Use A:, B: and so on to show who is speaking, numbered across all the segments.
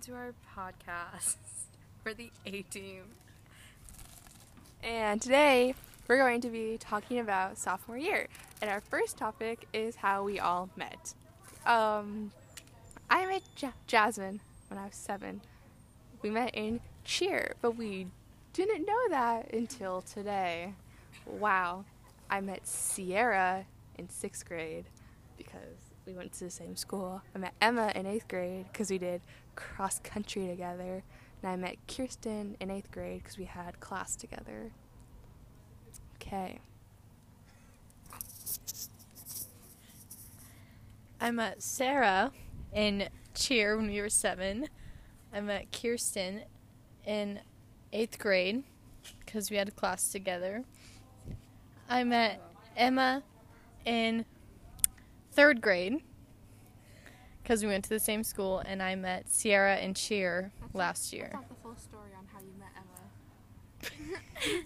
A: to our podcast for the A Team.
B: And today we're going to be talking about sophomore year. And our first topic is how we all met. Um, I met ja- Jasmine when I was seven. We met in cheer, but we didn't know that until today. Wow. I met Sierra in sixth grade because we went to the same school. I met Emma in eighth grade because we did cross country together. And I met Kirsten in eighth grade because we had class together. Okay.
C: I met Sarah in cheer when we were seven. I met Kirsten in eighth grade because we had a class together. I met Emma in third grade because we went to the same school, and I met Sierra in cheer last year.
D: the whole story on how you met Emma.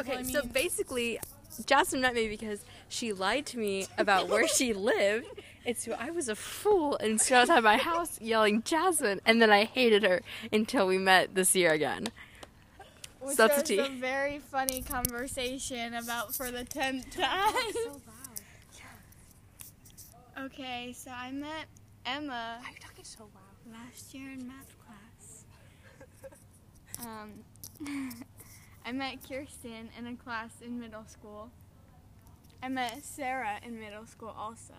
A: Okay,
C: Well, I
A: so
C: mean-
A: basically, Jasmine met me because she lied to me about where she lived, and so I was a fool and stood outside my house yelling Jasmine, and then I hated her until we met this year again.
D: Which
A: That's a
D: was
A: tea.
D: a very funny conversation about for the tenth time. Okay, so I met Emma. Why are you talking so loud? Last year in math class. um, I met Kirsten in a class in middle school. I met Sarah in middle school also.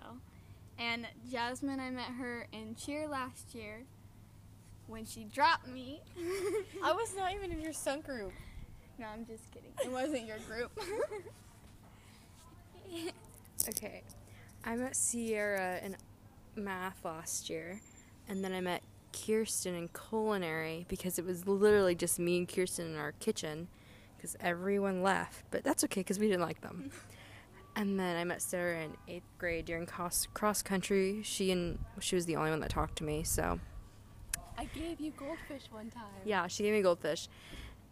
D: And Jasmine, I met her in cheer last year when she dropped me.
C: I was not even in your sunk group.
D: No, I'm just kidding. It wasn't your group.
A: Okay. I met Sierra in math last year, and then I met Kirsten in culinary because it was literally just me and Kirsten in our kitchen because everyone left, but that's okay because we didn't like them. and then I met Sarah in eighth grade during cross cross country. She and she was the only one that talked to me, so
B: I gave you goldfish one time.
A: yeah, she gave me goldfish.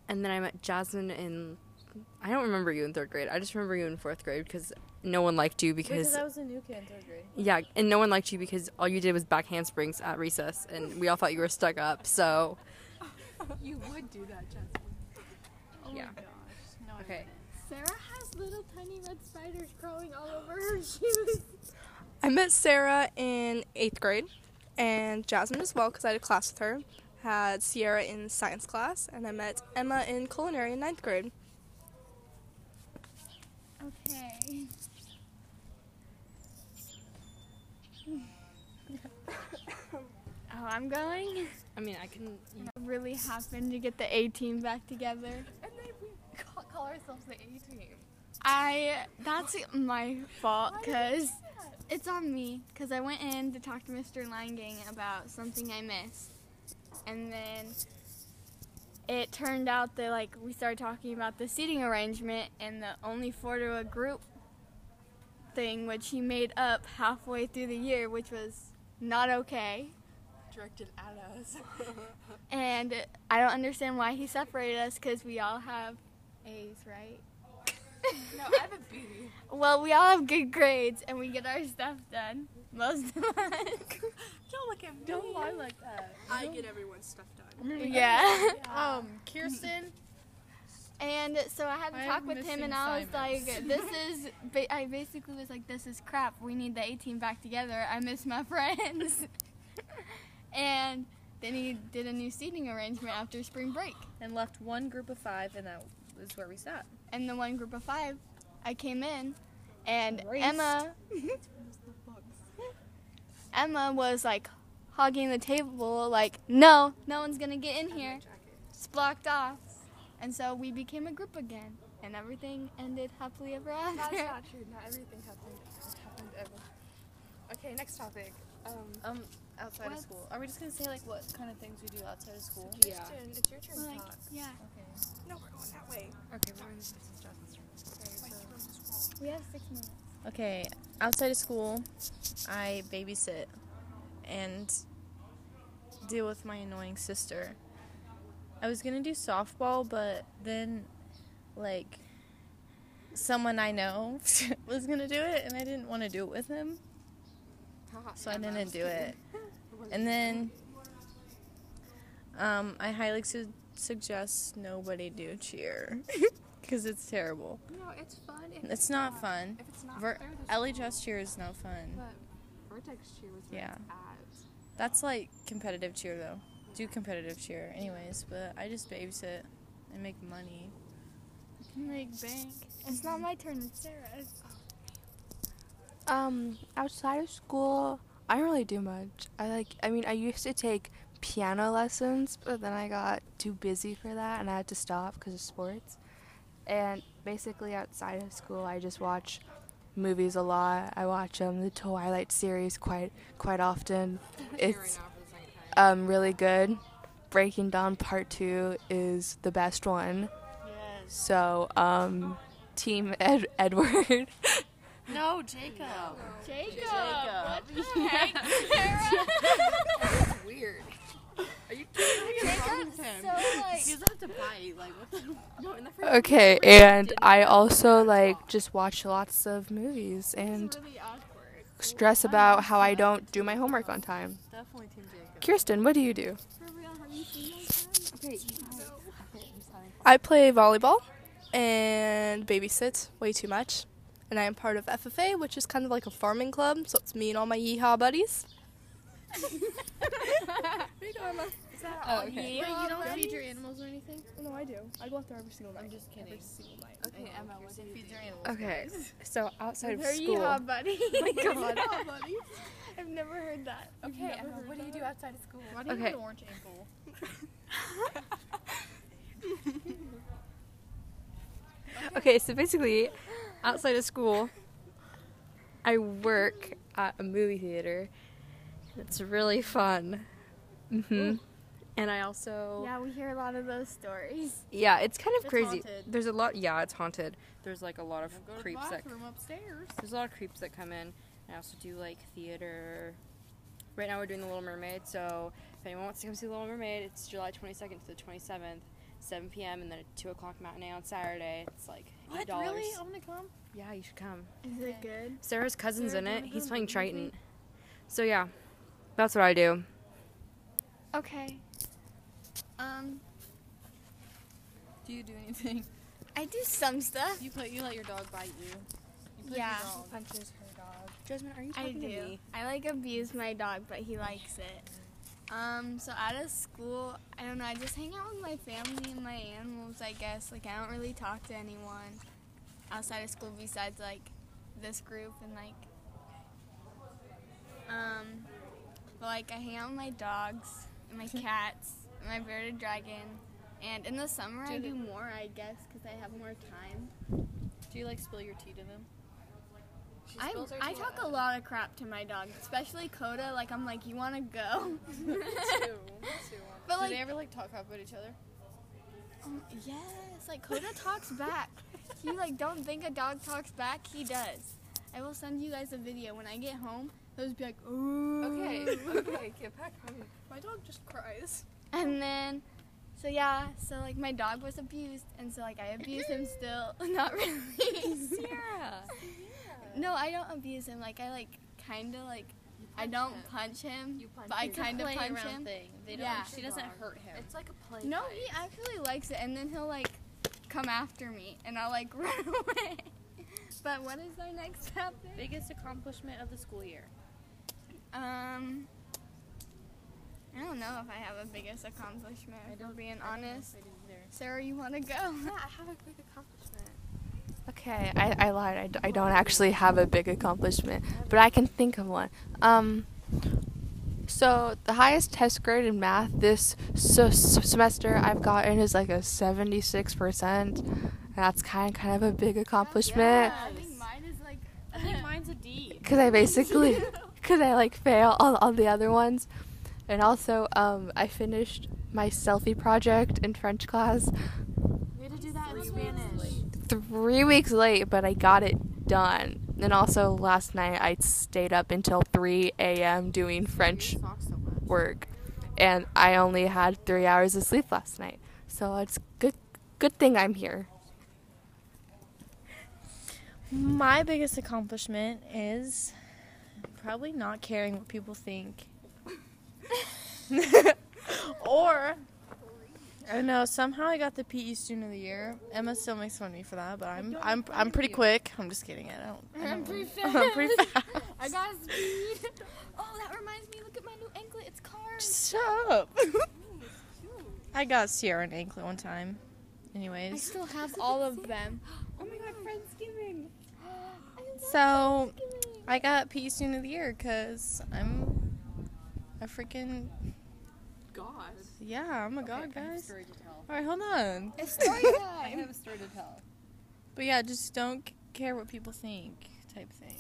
A: And then I met Jasmine in I don't remember you in third grade. I just remember you in fourth grade because no one liked you because
C: was a new kid in third grade.
A: Yeah, and no one liked you because all you did was back handsprings at recess, and we all thought you were stuck up. So
B: You would do that, Jasmine.
A: yeah, okay.
D: Sarah has little tiny red spiders crawling all over her shoes.
E: I met Sarah in eighth grade, and Jasmine as well because I had a class with her. Had Sierra in science class, and I met Emma in culinary in ninth grade.
D: Okay. oh, I'm going.
A: I mean, I can.
D: It really happened to get the A team back together.
B: And then we ca- call ourselves the A team.
D: I that's my fault because it's on me because I went in to talk to Mr. Langang about something I missed, and then it turned out that like we started talking about the seating arrangement and the only four to a group thing, which he made up halfway through the year, which was not okay.
B: Directed at us.
D: And I don't understand why he separated us because we all have A's, right?
B: no, I have a B.
D: Well, we all have good grades and we get our stuff done. Most of us.
B: Don't look at me.
C: Don't lie like that.
E: I get everyone's stuff done.
D: yeah.
C: Um, Kirsten.
D: And so I had
C: I
D: to talk
C: am
D: with him,
C: missing
D: and I was
C: assignments.
D: like, "This is." Ba- I basically was like, "This is crap. We need the A team back together. I miss my friends." and then he did a new seating arrangement after spring break,
C: And left one group of five, and that was where we sat.
D: and the one group of five, I came in, and
C: Erased.
D: Emma. Emma was like hogging the table, like, "No, no one's gonna get in here." It's blocked off. And so we became a group again, and everything ended happily ever
E: That's
D: after.
E: not true. Not everything happened. Happened ever. Okay, next topic. Um,
C: Um, outside
D: What?
C: of school. Are we just gonna say like what kind of things we do outside of school?
A: Yeah.
E: Jen, it's your turn to
D: Like,
E: talk.
D: yeah,
C: Okay.
E: No, we're going that way.
A: Okay,
E: Wait, you wrote this wrong.
D: we have six minutes.
C: Okay. Outside of school, I babysit and deal with my annoying sister. I was gonna do softball, but then like someone I know was gonna do it, and I didn't want to do it with him. so I didn't do it. And then Um, I highly su- suggest nobody do cheer because it's terrible.
B: No, it's fun. If
C: It's not fun.
B: If it's not
C: Ver-
B: there, there's
C: LHS cheer is no fun.
B: But Vertex cheer was
C: Yeah.
B: abs.
C: That's like competitive cheer though. Do competitive cheer, anyways. But I just babysit and make money.
D: Make bank. It's not my turn. It's Sarah's.
B: Um, outside of school, I don't really do much. I like, I mean, I used to take piano lessons, but then I got too busy for that and I had to stop because of sports. And basically, outside of school, I just watch movies a lot. I watch um, the Twilight series quite quite often. It's um, really good. Breaking Dawn Part 2 is the best one.
F: Yes.
B: So, um, Team Ed- Edward.
F: No, Jacob.
D: Jacob.
F: Jacob.
D: What the heck, Sarah?
A: Weird.
F: Are you kidding?
D: Jacob's so like.
F: He's about to bite. Like what the? No, in the first.
B: Okay, and I also like just watch lots of movies and
D: really awkward.
B: stress about how I don't do my homework on time.
F: Definitely Team Jacob.
B: Kirsten, what do you do?
D: For real, have you seen my Okay,
E: I play volleyball and babysit way too much. And I am part of FFA, which is kind of like a farming club, so it's me and all my yeehaw buddies.
C: Oh, okay.
D: Wait, you don't feed your animals or anything?
E: No, I do. I go out there every single night. I'm just
C: kidding.
F: Okay, Emma, what do you do?
A: Okay, so outside of
D: They're
A: school,
D: yeehaw buddies. my god. yeehaw buddies. I've never heard that.
F: Okay, Emma, what do you do outside of school?
A: do you Okay. have an
F: orange ankle?
A: okay, so basically, outside of school, I work at a movie theater. It's really fun. hmm And I also
D: Yeah, we hear a lot of those stories.
A: Yeah, it's kind of
F: It's
A: crazy.
F: haunted.
A: There's a lot. Yeah, it's haunted. There's like a lot of
F: Go to the
A: creeps that.
F: bathroom upstairs.
A: There's a lot of creeps that come in. I also do like theater. Right now we're doing The Little Mermaid, so if anyone wants to come see The Little Mermaid, it's July 22nd to the 27th, 7 p.m. and then a two o'clock matinee on Saturday. It's like eight dollars.
F: Really? Oh. I'm gonna come.
A: Yeah, you should come.
D: Is it good?
A: Sarah's cousin's in
D: Sarah, do you
A: it.
D: wanna
A: He's
D: come?
A: playing
D: You wanna
A: Triton. So yeah, that's what I do.
D: Okay. Um,
F: Do you do anything?
D: I do some stuff.
F: You put you let your dog bite you. you
D: Yeah,
F: punches her dog.
A: Jasmine, are you
D: I do. I like abuse my dog, but he likes it. Um, so out of school, I don't know. I just hang out with my family and my animals, I guess. Like I don't really talk to anyone outside of school besides like this group and like um, but like I hang out with my dogs and my cats and my bearded dragon. And in the summer, I do more, I guess, because I have more time.
F: Do you like spill your tea to them?
D: I, I talk a lot of crap to my dog, especially Coda. Like I'm like, you want to go? but
F: do
D: like,
F: they ever like talk crap about each other?
D: um, yes, like Coda talks back. He like don't think a dog talks back. He does. I will send you guys a video when I get home. They'll just be like, ooh.
F: okay, get back on me.
E: My dog just cries.
D: And then, so yeah, so like my dog was abused, and so like I abuse him still. Not really.
F: Yeah.
D: no, I don't abuse him. Like I like kind of like I don't punch him, but I kind of punch him.
F: Thing. They
D: don't- Yeah.
F: She doesn't hurt him. It's like a play.
D: No, he actually likes it, and then he'll like come after me, and I'll like run away. but what is our next topic?
F: Biggest accomplishment of the school year.
D: Um, I don't know if I have a biggest accomplishment. If we're being honest, Sarah, you want to go?
F: have a big accomplishment.
B: Okay, I, I lied. I, d- I don't actually have a big accomplishment, but I can think of one. Um, so the highest test grade in math this so, semester I've gotten is like a seventy-six percent. That's kind kind of a big accomplishment
D: I think mine is like.
F: I think mine's a D.
B: because I basically because I like fail all, all the other ones, and also um, I finished my selfie project in French class
F: We had to do that in Spanish.
B: three weeks late, but I got it done. And also last night I stayed up until 3 a.m. doing French work, and I only had three hours of sleep last night. So it's good. Good thing I'm here.
C: My biggest accomplishment is probably not caring what people think. or I know. Somehow I got the PE student of the year. Emma still makes fun of me for that, but I'm
F: don't
C: I'm
F: make fun
C: I'm
F: of
C: pretty
F: you.
C: quick. I'm just kidding. I don't. I
D: I'm
C: don't-
D: pretty
C: I'm pretty
D: fast.
C: fast.
D: I got speed. Oh, that reminds me. Look at my new anklet. It's carbs.
C: Shut up. I got Sierra an anklet one time. Anyways,
D: still have all of them.
F: Oh my god, Friendsgiving.
C: so I got PE student of the year because I'm a freaking
F: God.
C: yeah. I'm a god,
F: I have a
C: guys.
F: story to tell.
C: All right, hold on.
D: It's story
F: I
D: time.
F: have a story to tell.
C: But yeah, just don't c- care what people think, type thing.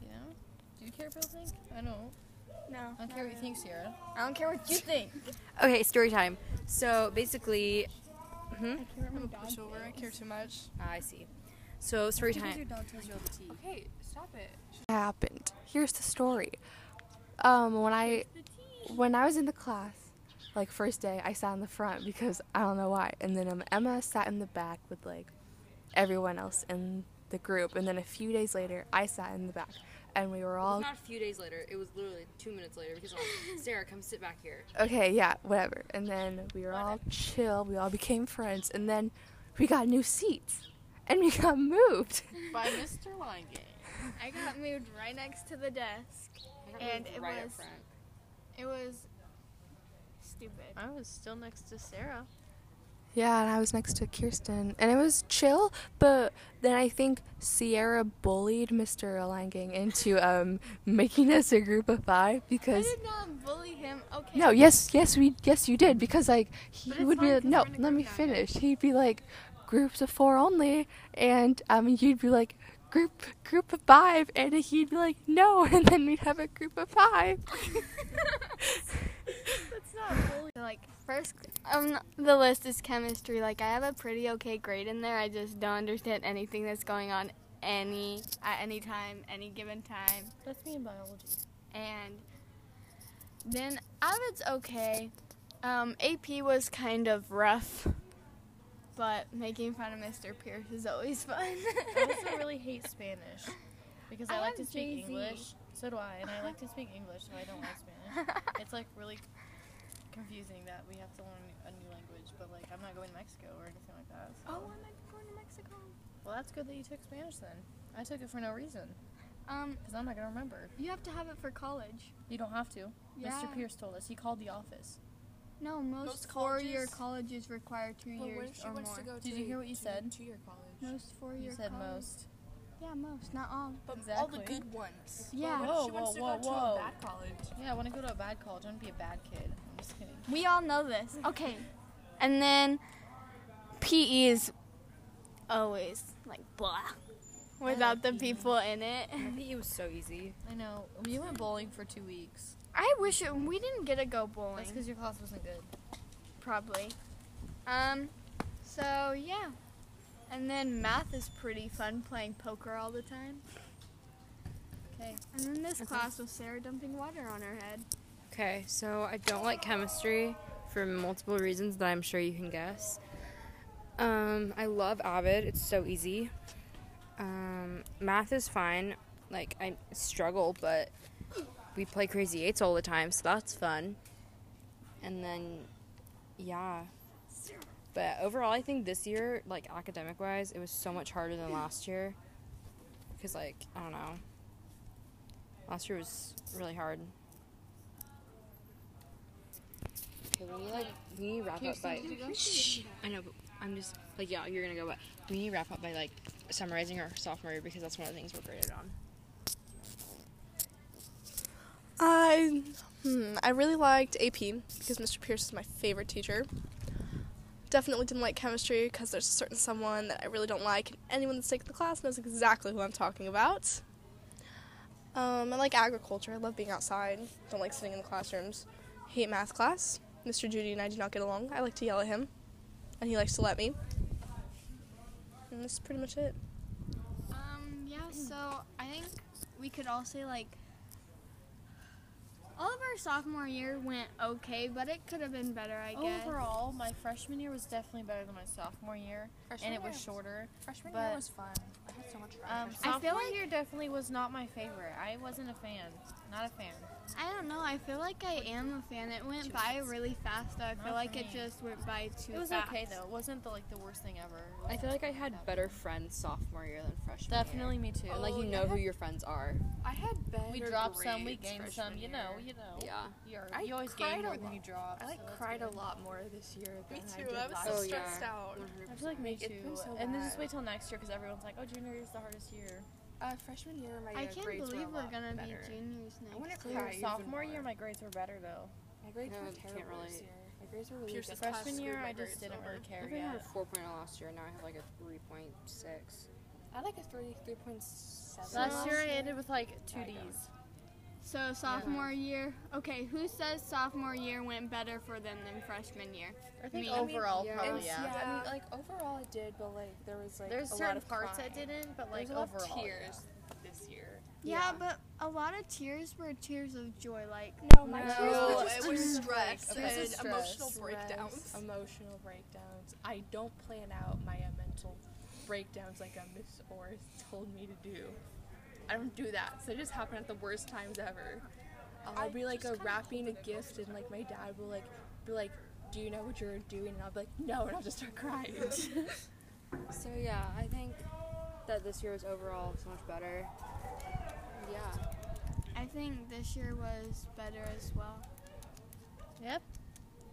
C: You know? Do you care what people think? I don't.
D: No.
C: I don't care what you think, Sierra.
D: I don't care what you think.
A: Okay, story time. So basically, hmm?
E: Push over. I care too much.
A: I see. So story time.
B: Okay, stop it. Happened. Here's the story. Um, when I when I was in the class, like first day, I sat in the front because I don't know why. And then um, Emma sat in the back with like everyone else in the group. And then a few days later, I sat in the back, and we were all
A: Not a few days later. It was literally two minutes later because Sarah, come sit back here.
B: okay, yeah, whatever. And then we were all chill. We all became friends. And then we got new seats, and we got moved.
F: By Mr. Lange.
D: I got moved right next to the desk. And it
A: right
D: was-
A: up front.
D: It was stupid.
F: I was still next to Sarah.
B: Yeah, and I was next to Kirsten, and it was chill. But then I think Sierra bullied Mr. Langang into um making us a group of five
D: I
B: because
D: did not bully him. Okay.
B: no, yes, yes, we yes you did because like he
F: But it's
B: would be
F: fine
B: like,
F: 'cause
B: no,
F: we're in a
B: let
F: group
B: me
F: now, guys."
B: finish. He'd be like groups of four only, and um you'd be like group group of five, and he'd be like no, and then we'd have a group of five.
D: That's not bullying. Like first, um, the list is chemistry. Like I have a pretty okay grade in there. I just don't understand anything that's going on any at any time, any given time.
C: That's me in biology.
D: And then Avid's okay. Um, AP was kind of rough, but making fun of Mr. Pierce is always fun.
C: I also really hate Spanish because I,
D: I
C: like to
D: love
C: speak
D: Jay-Z.
C: English. So do I, and I like to speak English, so I don't like Spanish. It's like really confusing that we have to learn a new language, but like I'm not going to Mexico or anything like that.
D: oh,
C: so-
D: I might be going to Mexico.
C: Well, that's good that you took Spanish then. I took it for no reason
D: Um,
C: because I'm not gonna remember.
D: you have to have it for college.
C: You don't have to.
D: Yeah.
C: Mr. Pierce told us. He called the office.
D: No, most,
E: Most
D: four-year
E: colleges-
D: colleges require two years or more.
C: Did you hear what you said?
E: Oh, To your college.
D: Most four-year.
C: You said
D: college-
C: most.
D: Yeah, most, not all.
E: But all the
C: Exactly.
E: good ones. What if
D: Yeah.
E: she
C: Whoa,
E: wants
C: whoa,
E: to go
C: whoa,
E: to a bad college.
C: Yeah, I want to go to a bad college. I want to be a bad kid. I'm just kidding.
D: We all know this. Okay. And then PE is always like blah without the people in it.
A: I think it was so easy.
C: I know. We went bowling for two weeks.
D: I wish it, we didn't get to go
C: That's
D: bowling.
C: because your class wasn't good.
D: Probably. Um. So yeah. And then math is pretty fun playing poker all the time.
C: Okay.
D: And then this class was Sarah dumping water on her head.
A: Okay, so I don't like chemistry for multiple reasons that I'm sure you can guess. Um, I love Ovid, it's so easy. Um, math is fine. Like, I struggle, but we play crazy eights all the time, so that's fun. And then, yeah. But overall, I think this year, like academic wise, it was so much harder than last year. Because, like, I don't know. Last year was really hard. Okay, we need like we need wrap up by. Shh. I know, but I'm just like yeah, you're gonna go, but we need wrap up by like summarizing our sophomore year because that's one of the things we're graded on.
E: I hmm, I really liked AP because Mr. Pierce is my favorite teacher. Definitely didn't like chemistry because there's a certain someone that I really don't like, and anyone that's taken the class knows exactly who I'm talking about. Um, I like agriculture. I love being outside. Don't like sitting in the classrooms. Hate math class. Mr. Judy and I do not get along. I like to yell at him, and he likes to let me. And that's pretty much it.
D: Um, yeah, so I think we could all say like all of our sophomore year went okay, but it could have been better, I guess.
C: Overall, my freshman year was definitely better than my sophomore year, and it was shorter.
E: Freshman
C: year but-
E: was fun. I had so much fun.
C: Um,
D: I feel
C: sophomore
D: like-
C: year definitely was not my favorite. I wasn't a fan. Not a fan.
D: I don't know. I feel like I am a fan. It went by really fast. though. I
C: Not
D: feel like
C: for
D: it
C: me.
D: just went by too fast.
F: It was okay though. It wasn't the like the worst thing ever. It
A: I
F: wasn't
A: feel like I
F: that
A: had better friends sophomore year than freshman
C: Definitely me too.
A: year. And like
F: Oh,
A: you
F: yeah.
A: know who your friends are.
F: I had better.
C: we dropped some, we
F: grades
C: gained some.
F: freshman
C: You
F: year.
C: know, you know.
A: Yeah.
C: You're,
B: I
C: you always
B: cried
C: gain
B: a
C: more than
B: lot.
C: you drop.
B: I
C: so
B: like
C: that's
B: cried a
C: good.
B: lot more this year than
E: Me
B: I
E: too.
B: did
E: I was
B: last
E: so
A: Oh,
B: year.
A: yeah.
E: stressed out.
C: I feel like me
B: It's been
C: too.
B: so
C: and then just
B: bad.
C: wait till next year because everyone's like, oh, junior year's the hardest year.
B: Uh, freshman year, my uh,
D: I can't
B: grades
D: believe
B: were
D: we're
B: a lot
D: gonna be
B: better.
D: juniors
B: wonder
D: next
B: if
D: year.
B: Cry even
C: sophomore year,
B: more.
C: my grades were better though.
B: My grades
A: No,
B: were
A: I can't
B: terrible this
A: relate.
B: year. My grades were really
E: Pierce
B: bad.
E: is Class
C: Freshman
E: screwed
C: year,
E: my
C: I just
E: grades
C: didn't
E: over.
C: really
A: I
C: care
A: think I had a
C: yet.
A: 4.0 last year, and now I have like a 3.6.
B: I like a three, three point seven.
C: Last year, I ended with like two
B: I don't.
C: D's.
D: So sophomore year. Okay, who says sophomore year went better for them than freshman year?
C: I think
D: Me.
C: overall,
A: yeah.
C: probably
B: And,
C: yeah.
B: yeah. I mean, like overall, it did, but like there was like
C: There's
B: a lot
C: certain
B: of
C: parts
B: crying.
C: I didn't, but like
B: There's a lot
C: overall,
B: of
C: yeah.
B: tears this year.
D: Yeah, but a lot of tears were tears of joy. Like
C: Oh,
B: No,
A: my
B: my
A: No,
B: tears
A: tears were
B: were
A: just
E: it was stress
C: Okay.
E: and
C: Stress.
E: emotional
B: stress,
E: breakdowns.
B: Emotional breakdowns. I don't plan out my uh, mental breakdowns like uh, Miss Orris told me to do. I don't do that. So it just happened at the worst times ever. I'll be like a wrapping a gift, and like my dad will like be like, "Do you know what you're doing?" And I'll be like, "No," and I'll just start crying.
A: So yeah, I think that this year was overall so much better. Yeah.
D: I think this year was better as well.
C: Yep.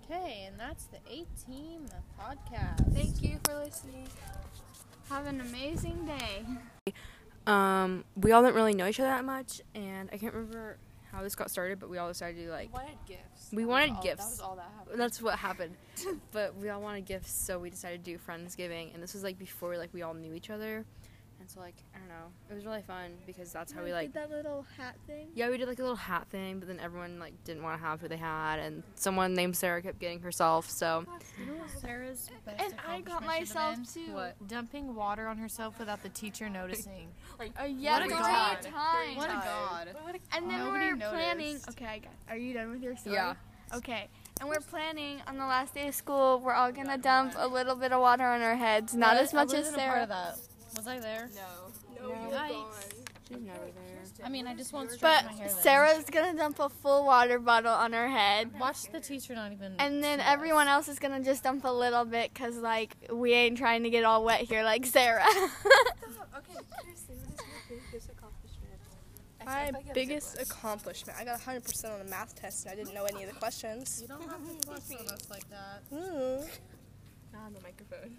C: Okay, and that's the A Team podcast.
B: Thank you for listening.
D: Have an amazing day.
A: Um, we all didn't really know each other that much, and I can't remember how this got started, but we all decided to like.
B: wanted gifts. That
A: We
B: was
A: wanted
B: all-
A: gifts.
B: That was all that happened.
A: That's what happened. but we all wanted gifts, so we decided to do friendsgiving, and this was like before like we all knew each other, and so like I don't know, it was really fun because that's how we like.
D: that little hat thing.
A: Yeah, we did like a little hat thing, but then everyone like didn't want to have who they had, and someone named Sarah kept getting herself. So
C: You know what Sarah's best
D: And I got
C: accomplishment should have
D: myself,
C: been?
D: too.
C: What? Dumping water on herself without the teacher noticing.
D: Uh, yeah,
C: What a
D: three
C: god.
D: times.
C: what a Oh god.
D: And then
C: Nobody
D: we're planning.
C: noticed.
D: Okay, I got. Are you done with your story?
A: Yeah.
D: Okay. And we're planning on the last day of school. We're all gonna dump a little bit of water on our heads. Not
C: What?
D: as much
C: I
D: as
C: wasn't a part
D: Sarah.
C: of that. Was I there?
E: No, you were
C: Yikes.
E: gone.
A: she's never there.
C: I mean, I just want to
D: But
C: my hair. then.
D: Sarah's gonna dump a full water bottle on her head.
C: Watch the teacher not even.
D: And then
C: see us.
D: everyone else is gonna just dump a little bit because, like, we ain't trying to get all wet here like Sarah.
B: Okay, seriously, what is your biggest accomplishment?
E: My biggest accomplishment. I got 100% on the math test and I didn't know any of the questions.
C: You don't have to flex on us like that.
E: Mm.
B: on the microphone.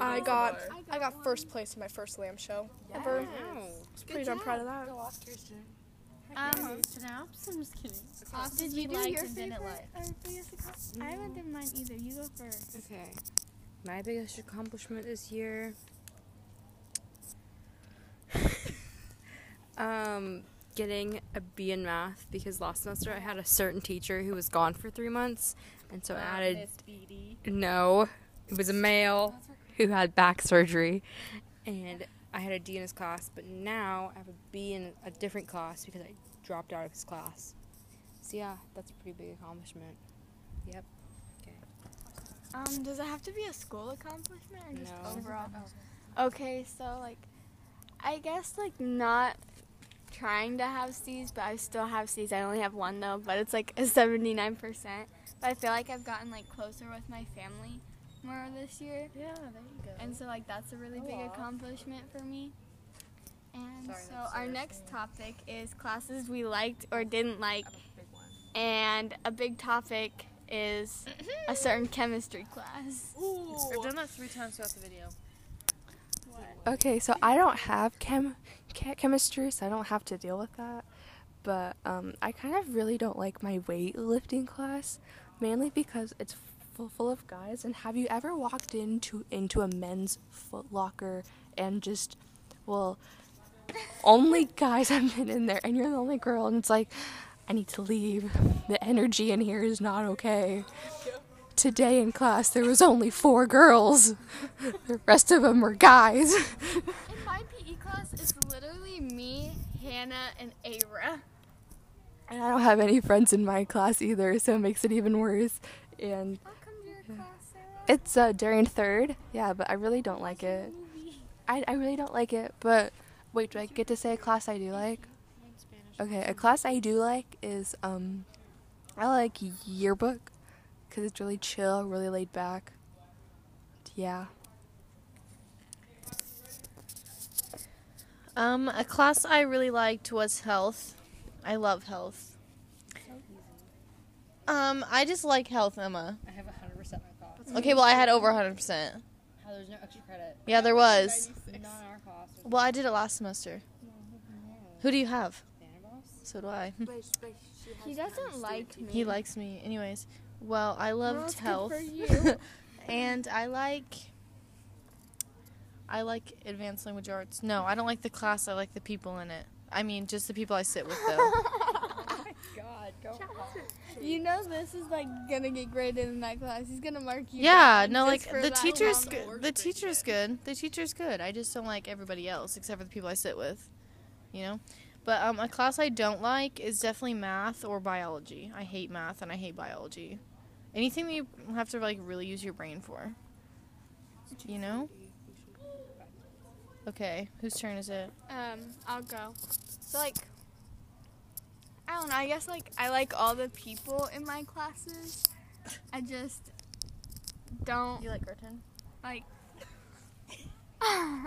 E: I got I got first place in my first lamb show ever. It's pretty darn proud of that.
D: um,
C: Snaps? I'm just kidding.
D: Austin,
C: Did you
D: do
C: like
D: your
C: and didn't
D: favorite-
C: like?
D: or biggest accom- I haven't done mine either. You go first.
A: Okay. My biggest accomplishment this year. um, getting a B in math because last semester I had a certain teacher who was gone for three months, and so I added no. It was a male who had back surgery, and I had a D in his class, but now I have a B in a different class because I dropped out of his class. So yeah, that's a pretty big accomplishment. Yep.
D: Um, does it have to be a school accomplishment or just
A: No.
D: overall? Okay, so like, I guess like not trying to have C's, but I still have C's. I only have one though, but it's like a seventy-nine percent. But I feel like I've gotten like closer with my family more this year,
C: Yeah, there you go. Oh,
D: and so like that's a really
C: Go
D: big
C: off.
D: accomplishment for me. And
C: Sorry,
D: so
C: that's
D: our
C: Sarah's
D: next
C: thing.
D: topic is classes we liked or didn't like,
B: Big one.
D: and a big topic is a certain chemistry class.
C: I've done that three times throughout the video.
B: Okay, so I don't have chem, che- chemistry, so I don't have to deal with that. But um, I kind of really don't like my weightlifting class, mainly because it's full, full of guys. And have you ever walked into into a men's foot locker and just, well, only guys have been in there, and you're the only girl, and it's like, I need to leave. The energy in here is not okay. Today in class, there was only four girls. The rest of them were guys.
D: In my PE class, it's literally me, Hannah, and Avra.
B: And I don't have any friends in my class either, so it makes it even worse. And
D: I'll come to your class, Sarah.
B: it's uh, during third, yeah, but I really don't like it. I, I really don't like it, but wait, do I get to say a class I do like?
F: One Spanish
B: Okay, a class I do like is um, I like yearbook because it's really chill, really laid back. Yeah.
G: Um, a class I really liked was health. I love health. Um, I just like health, Emma.
A: I have 100% my cost.
G: Okay, well, I had over 100%.
A: How there's no extra credit.
G: Yeah, there was.
A: Not on our cost.
G: Well, I did it last semester. Who do you have?
A: Thanatos?
G: So do I.
D: He doesn't like me.
G: He likes me. Anyways, well, I loved
D: Well,
G: health.
D: that's good for you.
G: and I like I like advanced language arts. No, I don't like the class. I like the people in it. I mean, just the people I sit with though.
D: Oh
A: God, go
D: You know this is like gonna get graded in that class. He's gonna mark you.
G: yeah,
D: down
G: no, like
D: just for
G: the
D: that
G: teacher's
D: long-
G: good. The teacher's good. The teacher's good. I just don't like everybody else except for the people I sit with. You know? But um, a class I don't like is definitely math or biology. I hate math and I hate biology. Anything that you have to like really use your brain for. You know? Okay, whose turn is it?
D: Um, I'll go. So like, I don't know. I guess like I like all the people in my classes. I just don't
G: like our turn?
D: like. I